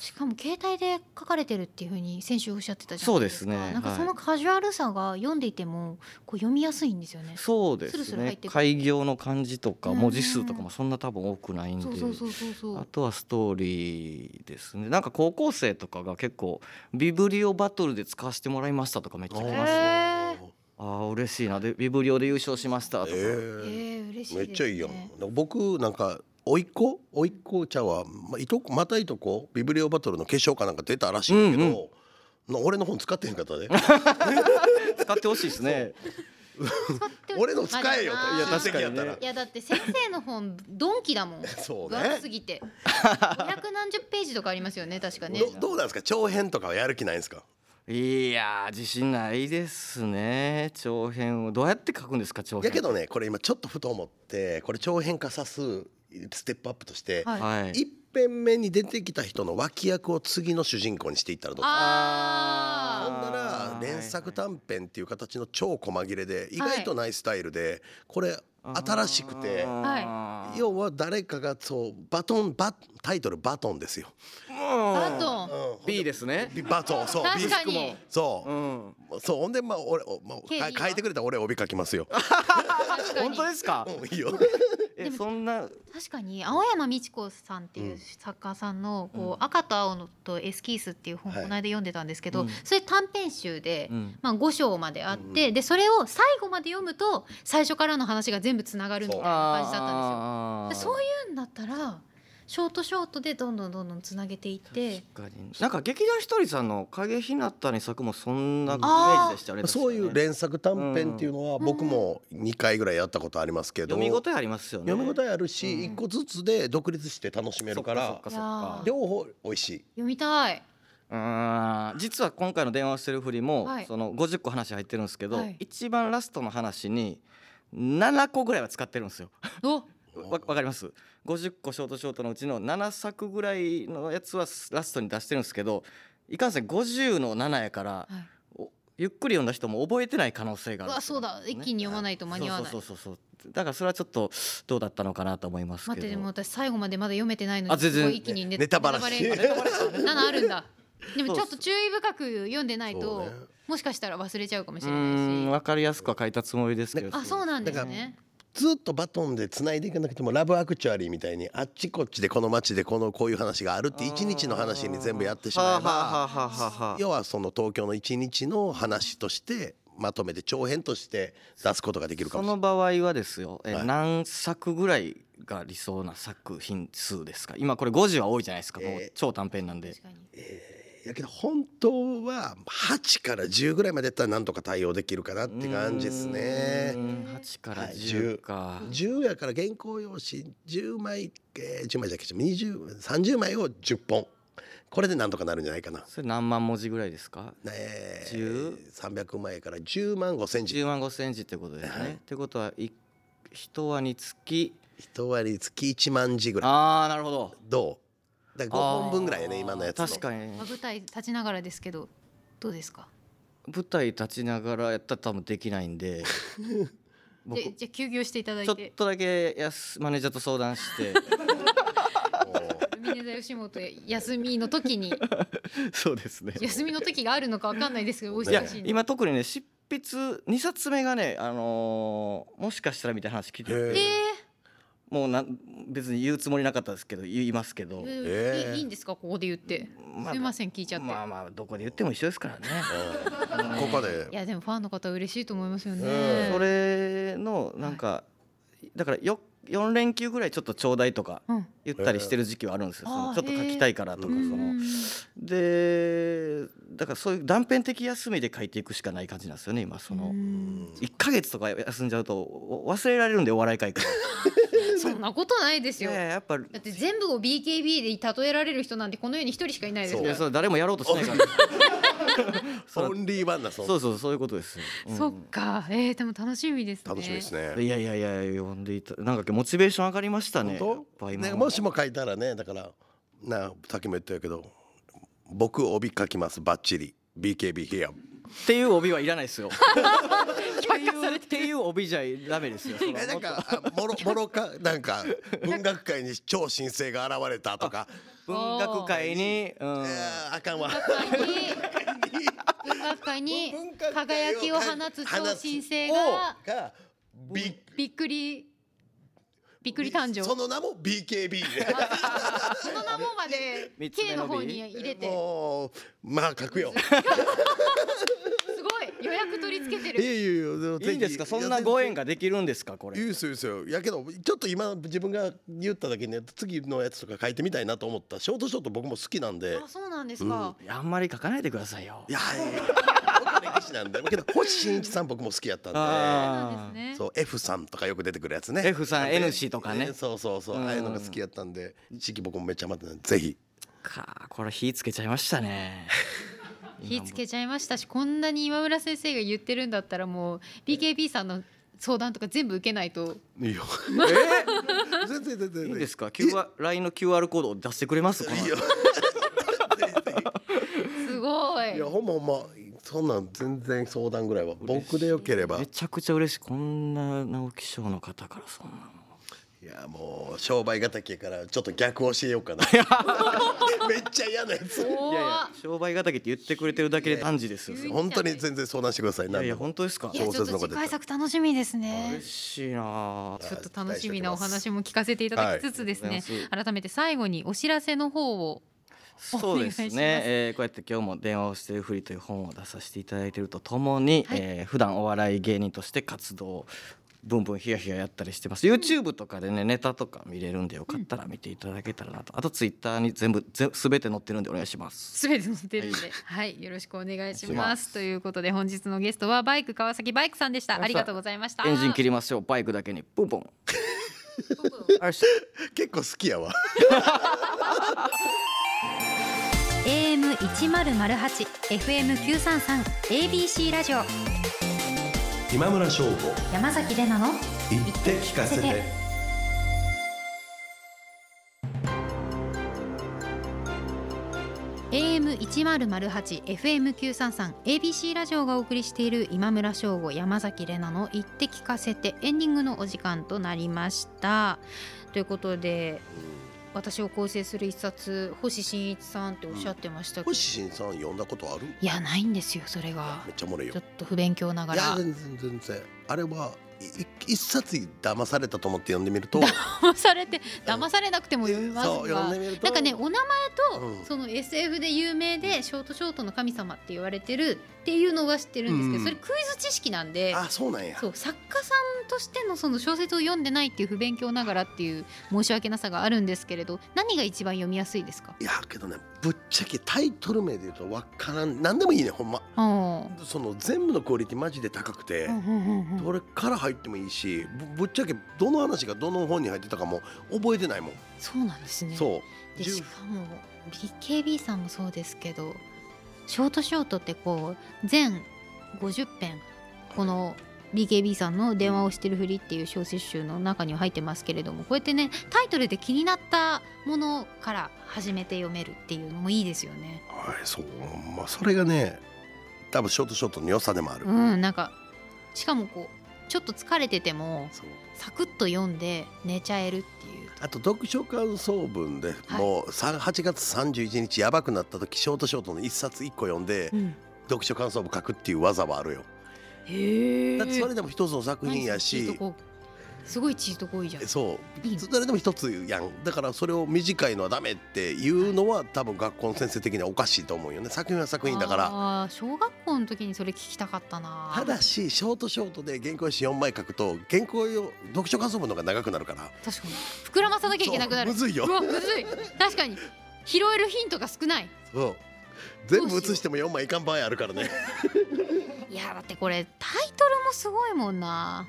[SPEAKER 3] しかも携帯で書かれてるっていうふうに先週おっしゃってたじゃないですか
[SPEAKER 4] そうですね
[SPEAKER 3] なんかそのカジュアルさが読んでいてもこう読みやすいんですよね、
[SPEAKER 4] そうですね
[SPEAKER 3] スルスル入ってくる
[SPEAKER 4] 開業の漢字とか
[SPEAKER 3] うん
[SPEAKER 4] 文字数とかもそんな多分多くないんで。
[SPEAKER 3] そうそうそうそうそう
[SPEAKER 4] あとはストーリーですねなんか高校生とかが結構「ビブリオバトルで使わせてもらいました」とかめっちゃ来ます
[SPEAKER 3] へ
[SPEAKER 4] ね
[SPEAKER 3] ー
[SPEAKER 4] あー嬉しいなでビブリオで優勝しましたとか、
[SPEAKER 3] え
[SPEAKER 2] え
[SPEAKER 3] ー、嬉しいです、
[SPEAKER 2] めっ
[SPEAKER 3] ね、
[SPEAKER 2] ちゃいいやん僕なんか甥いっ子甥いっ子ちゃんは、まあ、いとこまたいとこビブリオバトルの決勝かなんか出たらしいんだけど、な俺の本使ってへんかった で
[SPEAKER 4] 使ってほしいですね
[SPEAKER 3] 使って
[SPEAKER 2] 俺の使えよと
[SPEAKER 4] いや確か
[SPEAKER 2] 親戚
[SPEAKER 4] にね
[SPEAKER 2] やったら
[SPEAKER 3] いやだって先生の本ドンキだもん
[SPEAKER 2] そう
[SPEAKER 3] 分厚
[SPEAKER 2] ね
[SPEAKER 3] すぎて200何十ページとかありますよね確かね
[SPEAKER 2] どどうなんですか長編とかはやる気ないんですか
[SPEAKER 4] いやー自信ないですね長編をどうやって書くんですか長編
[SPEAKER 2] やけどねこれ今ちょっとふと思ってこれ長編化さすステップアップとして、
[SPEAKER 3] はい
[SPEAKER 4] はい
[SPEAKER 2] 一編目に出てきた人の脇役を次の主人公にしていったらどう
[SPEAKER 3] あ
[SPEAKER 2] ほ
[SPEAKER 3] ー
[SPEAKER 2] んなら連作短編っていう形の超細切れで意外とないスタイルでこれ新しくて
[SPEAKER 4] はい
[SPEAKER 2] 要は誰かがそうバトンバタイトルバトンですよ。
[SPEAKER 3] バトン
[SPEAKER 2] うん
[SPEAKER 4] B ですね
[SPEAKER 2] ビバトンそう
[SPEAKER 3] 確か
[SPEAKER 2] B
[SPEAKER 3] に
[SPEAKER 2] そうう。
[SPEAKER 4] ん
[SPEAKER 2] そうほんでまあ俺おまあ
[SPEAKER 3] 経緯は
[SPEAKER 2] か書いてくれたら俺帯書きますよ。
[SPEAKER 3] 確か
[SPEAKER 4] 本
[SPEAKER 3] に
[SPEAKER 4] 当です か
[SPEAKER 2] うんいいよ。
[SPEAKER 4] えそんな
[SPEAKER 3] 確かに青山美智子さんっていう作家さんの「こう赤と青のとエスキース」っていう本こ
[SPEAKER 2] はい
[SPEAKER 3] の間読んでたんですけど、
[SPEAKER 4] うん
[SPEAKER 3] それ短編集で、
[SPEAKER 4] うん
[SPEAKER 3] まあ、5章まであって、でそれを最後まで読むと最初からの話が全部つながるみたいな感じだったんですよ。
[SPEAKER 4] あ
[SPEAKER 3] でそ
[SPEAKER 4] ー
[SPEAKER 3] ういうんだったらショートショートでどんどんどんどんつなげていって
[SPEAKER 4] 確かになんか劇団ひとりさんの「影ひなたに咲く」もそんなイメージでしたよね確か
[SPEAKER 2] そう
[SPEAKER 4] ね
[SPEAKER 2] いう連作短編っていうのは僕も2回ぐらいやったことありますけど
[SPEAKER 4] 読み応えありますよね
[SPEAKER 2] 読み応えあるし
[SPEAKER 4] うん
[SPEAKER 2] 1個ずつで独立して楽しめるから
[SPEAKER 4] そっかそっか
[SPEAKER 3] いや
[SPEAKER 2] 両方美味しい。
[SPEAKER 3] 読みたい。
[SPEAKER 4] うーん実は今回の電話をしてるふりも、
[SPEAKER 3] はい
[SPEAKER 4] その50個話入ってるんですけど、
[SPEAKER 3] はい
[SPEAKER 4] 一番ラストの話に7個ぐらいは使ってるんですよ。
[SPEAKER 3] お
[SPEAKER 4] わわかります50個ショートショートのうちの7作ぐらいのやつはラストに出してるんですけどいかんせん50の7やから
[SPEAKER 3] はい、
[SPEAKER 4] おゆっくり読んだ人も覚えてない可能性が
[SPEAKER 3] う
[SPEAKER 4] あるん
[SPEAKER 3] わ
[SPEAKER 4] です
[SPEAKER 3] そ
[SPEAKER 4] よ
[SPEAKER 3] うだ一気に読まないと間に合わない
[SPEAKER 4] そう。そうそうそうだからそれはちょっとどうだったのかなと思いますけど
[SPEAKER 3] 待ってでも私最後までまだ読めてないのに
[SPEAKER 4] あ全然
[SPEAKER 3] すごい一気にネ
[SPEAKER 2] ネタバラシ
[SPEAKER 3] ネタバレ7あるん だでもちょっと注意深く読んでない
[SPEAKER 2] そう
[SPEAKER 3] と、
[SPEAKER 2] ね
[SPEAKER 3] もしかしたら忘れちゃうかもし
[SPEAKER 4] う
[SPEAKER 3] れない
[SPEAKER 4] ん
[SPEAKER 3] し
[SPEAKER 4] わかりやすくは書いたつもりですけど
[SPEAKER 3] あそうなんですね
[SPEAKER 2] ずっとバトンで繋いでいかなくてもラブアクチュアリーみたいにあっちこっちでこの街でこのこういう話があるって一日の話に全部やってしまえ
[SPEAKER 4] はあはあ
[SPEAKER 2] ば
[SPEAKER 4] はあはあはあ
[SPEAKER 2] 要はその東京の一日の話としてまとめて長編として出すことができるか
[SPEAKER 4] そ
[SPEAKER 2] もしれ
[SPEAKER 4] の場合はですよ、え
[SPEAKER 2] はい
[SPEAKER 4] 何作ぐらいが理想な作品数ですか今これ50は多いじゃないですか、も
[SPEAKER 2] え
[SPEAKER 4] う超短編なんで
[SPEAKER 3] 確かに
[SPEAKER 2] いやけど本当は8から10ぐらいまでやったらなんとか対応できるかなって感じですね
[SPEAKER 4] う。ん8から
[SPEAKER 2] はい
[SPEAKER 4] 10か、
[SPEAKER 2] 10やから原稿用紙10枚、えー10枚じゃなくて20 30枚を10本これでなんとかなるんじゃないかな。
[SPEAKER 4] それ何万文字ぐらいですか
[SPEAKER 2] え
[SPEAKER 4] 10
[SPEAKER 2] 300万円から10万5千字
[SPEAKER 4] 10万5千字ってことです
[SPEAKER 2] は
[SPEAKER 4] ね。ってことはい一話につき
[SPEAKER 2] 一割月1万字ぐらい
[SPEAKER 4] ああなるほど
[SPEAKER 2] どうだから5本分ぐらいやね今のやつの
[SPEAKER 4] 確かに
[SPEAKER 3] まあ、舞台立ちながらですけどどうですか
[SPEAKER 4] 舞台立ちながらやったら多分できないんで僕
[SPEAKER 3] じゃじゃあ休業していただい
[SPEAKER 4] ちょってとだけやすマネージャーと相談して
[SPEAKER 3] 峰田吉本休みの時 に
[SPEAKER 4] そうですね
[SPEAKER 3] 休みの時があるのかわかんないですけどお
[SPEAKER 2] い
[SPEAKER 4] いや
[SPEAKER 3] 忙しいんで
[SPEAKER 4] 今特にね執筆2冊目がね、あのーもしかしたらみたいな話聞いて
[SPEAKER 2] へ
[SPEAKER 3] え
[SPEAKER 2] え
[SPEAKER 4] もうなん別に言うつもりなかったですけど言いますけど
[SPEAKER 3] ー、
[SPEAKER 2] えー
[SPEAKER 3] いいいいんですかここで言って、
[SPEAKER 4] まあ
[SPEAKER 3] すいません聞いちゃって、
[SPEAKER 4] まあまあどこで言っても一緒で すからね。
[SPEAKER 2] うんここで
[SPEAKER 3] いやでもファンの方は嬉しいと思いますよね、
[SPEAKER 2] うん
[SPEAKER 4] それのなんか、だからよ4連休ぐらいちょっとちょうだいとか
[SPEAKER 3] うん
[SPEAKER 4] 言ったりしてる時期はあるんですよ、
[SPEAKER 3] へえ
[SPEAKER 4] そ
[SPEAKER 3] あ
[SPEAKER 4] の
[SPEAKER 3] ー
[SPEAKER 4] ちょっと書きたいからとかそ
[SPEAKER 2] へえ
[SPEAKER 3] うん
[SPEAKER 4] のでだからそういう断片的休みで書いていくしかない感じなんですよね今その
[SPEAKER 3] うん
[SPEAKER 4] 1ヶ月とか休んじゃうとお忘れられるんでお笑い会から
[SPEAKER 3] そんなことないです
[SPEAKER 4] い
[SPEAKER 3] よ
[SPEAKER 4] やいややっぱ
[SPEAKER 3] だって全部を BKB で例えられる人なんてこの世に一人しかいないです
[SPEAKER 4] い
[SPEAKER 3] か
[SPEAKER 4] や
[SPEAKER 3] ら
[SPEAKER 4] それ誰もやろうとしないからそ
[SPEAKER 2] オ
[SPEAKER 4] う
[SPEAKER 2] ンリーワンだそう
[SPEAKER 4] そうそうそういうことですよ、うん
[SPEAKER 3] そっかえー、でも楽しみですね
[SPEAKER 2] 楽しみですね
[SPEAKER 4] いやいやいや呼んでいたなんかモチベーション上がりましたねやっ
[SPEAKER 2] 本
[SPEAKER 4] ぱ
[SPEAKER 2] 当
[SPEAKER 4] 今
[SPEAKER 2] ねもしも書いたらねだからなあさっきも言ったけど僕帯書きますバッチリ BKB ヘア
[SPEAKER 4] っていう帯はいらないですよ。っていうっていう帯じゃダメですよ。その
[SPEAKER 2] えなんかあも ろもろかなんか文学界に超新星が現れたとか
[SPEAKER 4] 文学界に、うん
[SPEAKER 2] えーあかん わ
[SPEAKER 3] 文学界に
[SPEAKER 2] 文化界を
[SPEAKER 3] 輝きを放つ超新星が
[SPEAKER 2] がび
[SPEAKER 3] びっくりびっくり誕生
[SPEAKER 2] その名も BKB
[SPEAKER 3] その名もまで
[SPEAKER 4] 三つ目
[SPEAKER 3] K
[SPEAKER 4] の
[SPEAKER 3] の
[SPEAKER 4] B
[SPEAKER 3] 方に 入れて
[SPEAKER 2] もうまあ書く よ
[SPEAKER 3] すごい予約取り付け
[SPEAKER 2] い
[SPEAKER 3] て
[SPEAKER 2] や
[SPEAKER 3] る
[SPEAKER 2] いやいや
[SPEAKER 4] いいんですか。そんなご縁ができるんですかこ
[SPEAKER 2] いい
[SPEAKER 4] れ。
[SPEAKER 2] ですよいいですよやけどちょっと今自分が言っただけね次のやつとか書いてみたいなと思ったショートショート僕も好きなんで
[SPEAKER 3] あそうなんですか、
[SPEAKER 4] あんまり書かないでくださいよ
[SPEAKER 2] い。やいや僕は歴史なんだけど星新一さん僕も好きやったんで
[SPEAKER 3] そうな
[SPEAKER 4] あ
[SPEAKER 3] んですね
[SPEAKER 2] そう F さんとかよく出てくるやつね
[SPEAKER 4] F さん N 氏とかね
[SPEAKER 2] えーそうそうそう
[SPEAKER 4] うん
[SPEAKER 2] ああいうのが好きやったんで一時期僕もめっちゃ待ってたんでぜひ
[SPEAKER 4] かこれ火つけちゃいましたね。
[SPEAKER 3] 火つけちゃいましたしこんなに今村先生が言ってるんだったらもう BKB さんの相談とか全部受けないと
[SPEAKER 2] いいよ
[SPEAKER 4] え
[SPEAKER 2] 全然全然
[SPEAKER 4] いいんですか。QR LINE の QR コードを出してくれます。この
[SPEAKER 2] いいよ
[SPEAKER 3] すごい
[SPEAKER 2] いやほんまほんまそんなん全然相談ぐらいは僕でよければ
[SPEAKER 4] めちゃくちゃ嬉しいこんな直木賞の方からそんなの
[SPEAKER 2] いやもう商売敵やからちょっと逆教えようかな めっちゃ嫌なやつ
[SPEAKER 3] お
[SPEAKER 4] いやい
[SPEAKER 3] わ
[SPEAKER 4] や商売敵って言ってくれてるだけで断じですよそれい
[SPEAKER 2] 本当に全然相談してください
[SPEAKER 4] や
[SPEAKER 2] 何
[SPEAKER 4] い
[SPEAKER 2] で
[SPEAKER 4] や
[SPEAKER 2] も
[SPEAKER 4] 本当ですか
[SPEAKER 3] いや
[SPEAKER 2] 小
[SPEAKER 3] ちょっ
[SPEAKER 2] 説の
[SPEAKER 3] と
[SPEAKER 2] ことです
[SPEAKER 3] 次
[SPEAKER 2] か
[SPEAKER 3] 回作楽しみですね
[SPEAKER 4] 嬉しいなあ
[SPEAKER 3] ちょっと楽しみなお話も聞かせていただきつつです
[SPEAKER 4] はいあ
[SPEAKER 3] ね
[SPEAKER 4] りがとうござい、
[SPEAKER 3] 改めて最後にお知らせの方を
[SPEAKER 4] そうです
[SPEAKER 3] お願いします
[SPEAKER 4] ね、えーこうやって今日も「電話をしてるふり」という本を出させていただいているとともに、
[SPEAKER 3] はい
[SPEAKER 4] えー普段お笑い芸人として活動をブンブンヒヤヒヤやったりしてます YouTube とかでねネタとか見れるんでよかったら見ていただけたらなとあと Twitter に全部ぜ全て載ってるんでお願いします。
[SPEAKER 3] すべて載ってるんで、はい、よろしくお願いします。ということで本日のゲストはバイク川崎バイクさんでした。ありがとうございました。
[SPEAKER 4] エンジン切りましょうバイクだけにブンブン。 あれ
[SPEAKER 2] 結構好きやわ
[SPEAKER 3] AM 一0 0 8 FM 九三三 ABC ラジオ
[SPEAKER 2] 今村翔吾
[SPEAKER 3] 山崎れなの
[SPEAKER 2] 言って聞か
[SPEAKER 3] せてAM1008 FM933 ABC ラジオがお送りしている今村翔吾山崎怜奈の「言って聞かせて」エンディングのお時間となりました。ということで私を構成する一冊星新一さんっておっしゃってましたけど、
[SPEAKER 2] 星新さん呼んだことある
[SPEAKER 3] いやないんですよそれが
[SPEAKER 2] めっちゃおもろいよ
[SPEAKER 3] ちょっと不勉強なが
[SPEAKER 2] いや
[SPEAKER 3] ら
[SPEAKER 2] 全然全然あれはい一一冊騙されたと思って読んでみると
[SPEAKER 3] 騙 されて騙されなくても読みます
[SPEAKER 2] そう読ん
[SPEAKER 3] が
[SPEAKER 2] でみると
[SPEAKER 3] なんかねお名前と、
[SPEAKER 2] うん
[SPEAKER 3] その SF で有名でショートショートの神様って言われてるっていうのは知ってるんですけど、
[SPEAKER 2] うん
[SPEAKER 3] それクイズ知識なんで
[SPEAKER 2] あそうなんや
[SPEAKER 3] そう作家さんとしてのその小説を読んでないっていう不勉強ながらっていう申し訳なさがあるんですけれど何が一番読みやすいですか
[SPEAKER 2] いやけどねぶっちゃけタイトル名で言うとわからん何でもいいねほんま
[SPEAKER 3] あ
[SPEAKER 2] その全部のクオリティマジで高くて
[SPEAKER 3] あ、う、んうんうんうん
[SPEAKER 2] どれから入ってもいいしぶぶっちゃけどの話がどの本に入ってたかも覚えてないもん、
[SPEAKER 3] そうなんですね
[SPEAKER 2] そう
[SPEAKER 3] で
[SPEAKER 2] じゅう
[SPEAKER 3] しかも BKB さんもそうですけどショートショートってこう全50編この BKB さんの「電話をしてるふり」っていう小説集の中には入ってますけれどもこうやってねタイトルで気になったものから始めて読めるっていうのもいいですよね。
[SPEAKER 2] はいそうまあそれがね多分ショートショートの良さでもある、
[SPEAKER 3] うん、なんかしかもこうちょっと疲れてても
[SPEAKER 2] そう
[SPEAKER 3] サクッと読んで寝ちゃえるっていう
[SPEAKER 2] あと読書感想文でもうさ8月31日やばくなった時ショートショートの一冊一個読んで、
[SPEAKER 3] と。うん、
[SPEAKER 2] 読書感想文書くっていう技はあるよ
[SPEAKER 3] へ
[SPEAKER 2] だってそれでも一つの作品やし、
[SPEAKER 3] すごいチート行為じゃん。
[SPEAKER 2] そう
[SPEAKER 3] いいの
[SPEAKER 2] それでも一つやんだからそれを短いのはダメっていうのは多分学校の先生的にはおかしいと思うよね作品は作品だから
[SPEAKER 3] ら小学校の時にそれ聞きたかったな
[SPEAKER 2] ただしショートショートで原稿用紙4枚書くと原稿用読書感想文の方が長くなるから
[SPEAKER 3] 確かに膨らまさなきゃいけなくなる
[SPEAKER 2] そうむずいよ
[SPEAKER 3] うわむずい確かに拾えるヒントが少ない
[SPEAKER 2] そう全部写しても4枚いかん場合あるからね
[SPEAKER 3] いやだってこれタイトルもすごいもんな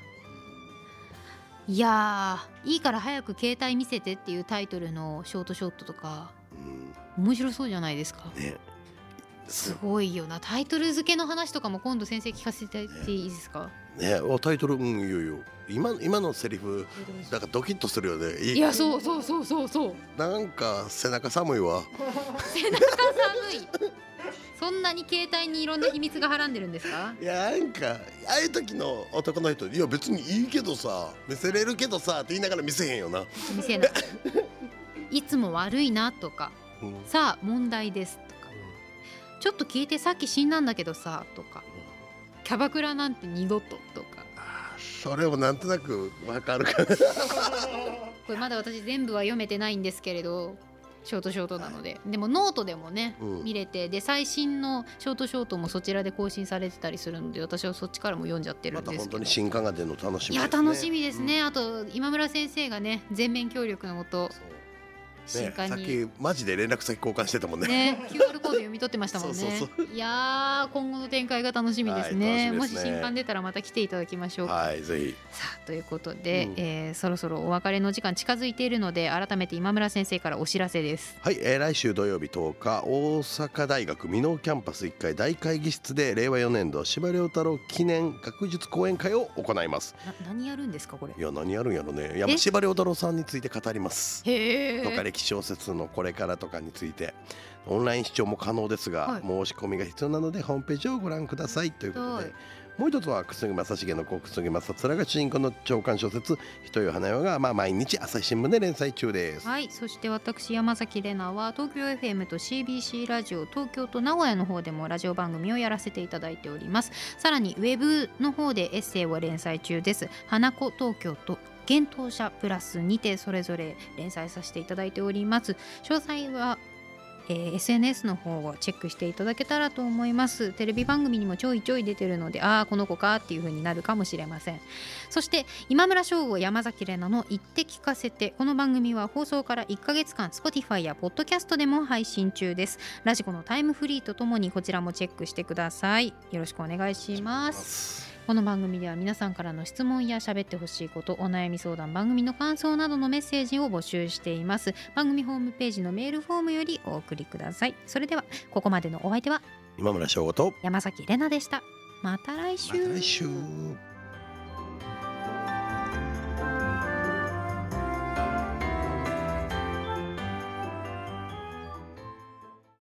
[SPEAKER 3] いやーいいから早く携帯見せてっていうタイトルのショートショットとか
[SPEAKER 2] うん
[SPEAKER 3] 面白そうじゃないですか
[SPEAKER 2] ね
[SPEAKER 3] すごいよなタイトル付けの話とかも今度先生聞かせていただいていいですか
[SPEAKER 2] ねおタイトルうんいいよいいよ今の今のセリフなんかドキッとするよねいい
[SPEAKER 3] いやそうそうそうそうそう
[SPEAKER 2] なんか背中寒いわ
[SPEAKER 3] 背中寒いそんなに携帯にいろんな秘密がはらんでるんですか
[SPEAKER 2] いやなんかああいう時の男の人「いや別にいいけどさ見せれるけどさ」って言いながら見せへんよな、
[SPEAKER 3] 見せないいつも悪いなとか
[SPEAKER 2] うん
[SPEAKER 3] さあ問題ですとかちょっと聞いてさっき死んだんだけどさとかキャバクラなんて二度ととか
[SPEAKER 2] それをなんとなくわかるから
[SPEAKER 3] これまだ私全部は読めてないんですけれどショートショートなので、でもノートでもね、
[SPEAKER 2] うん
[SPEAKER 3] 見れてで最新のショートショートもそちらで更新されてたりするので私はそっちからも読んじゃってる
[SPEAKER 2] ま
[SPEAKER 3] ん
[SPEAKER 2] た
[SPEAKER 3] です
[SPEAKER 2] 本
[SPEAKER 3] け
[SPEAKER 2] 当
[SPEAKER 3] ど
[SPEAKER 2] に新刊が出るの楽しみ
[SPEAKER 3] い
[SPEAKER 2] です、ね、
[SPEAKER 3] や楽しみですね、あと今村先生がね全面協力のも
[SPEAKER 2] う
[SPEAKER 3] と
[SPEAKER 2] んそう
[SPEAKER 3] 新
[SPEAKER 2] ね、
[SPEAKER 3] 刊
[SPEAKER 2] さっ
[SPEAKER 3] に、
[SPEAKER 2] きマジで連絡先交換してたもんね
[SPEAKER 3] ね、QR コード読み取ってましたもん ね。
[SPEAKER 2] そうそう
[SPEAKER 3] いやー、今後の展開が楽しみですね。
[SPEAKER 2] はい
[SPEAKER 3] も
[SPEAKER 2] 楽し
[SPEAKER 3] し
[SPEAKER 2] みですね
[SPEAKER 3] 新刊出たら、また来ていただきましょう。
[SPEAKER 2] はいぜひ
[SPEAKER 3] さあ、ということで、
[SPEAKER 2] うん
[SPEAKER 3] えーそろそろお別れの時間近づいているので、改めて今村先生からお知らせです。
[SPEAKER 2] はい、えー来週土曜日10日大阪大学箕面キャンパス1階大会議室で令和4年度司馬遼太郎記念学術講演会を行います
[SPEAKER 3] な、何やるんですか、これ
[SPEAKER 2] い。や何やるんやろねいやまあ
[SPEAKER 3] え
[SPEAKER 2] 司馬遼太郎さんについて語ります
[SPEAKER 3] へ
[SPEAKER 2] とか
[SPEAKER 3] え。
[SPEAKER 2] 歴史小説のこれからとかについてオンライン視聴も可能ですが、
[SPEAKER 3] はい
[SPEAKER 2] 申し込みが必要なのでホームページをご覧くださいということ
[SPEAKER 3] は
[SPEAKER 2] で
[SPEAKER 3] い
[SPEAKER 2] もう一つは楠木正成の子楠木正面が主人公の長官小説「ひとよ花よ」が、まあ、毎日朝日新聞で連載中です。
[SPEAKER 3] はい、そして私山崎怜奈は東京 FM と CBC ラジオ東京と名古屋の方でもラジオ番組をやらせていただいておりますさらにウェブの方でエッセイを連載中です花子東京と幻冬者プラスにてそれぞれ連載させていただいております詳細はえー SNS の方をチェックしていただけたらと思いますテレビ番組にもちょいちょい出てるのでああこの子かっていう風になるかもしれませんそして今村翔吾山崎怜奈の「言って聞かせて」この番組は放送から1ヶ月間 Spotify や Podcast でも配信中ですラジコのタイムフリーとともにこちらもチェックしてくださいよろしくお願いしますこの番組では皆さんからの質問や喋ってほしいことお悩み相談番組の感想などのメッセージを募集しています番組ホームページのメールフォームよりお送りくださいそれではここまでのお相手は
[SPEAKER 2] 今村翔吾と
[SPEAKER 3] 山崎れなでしたまた来
[SPEAKER 2] また来週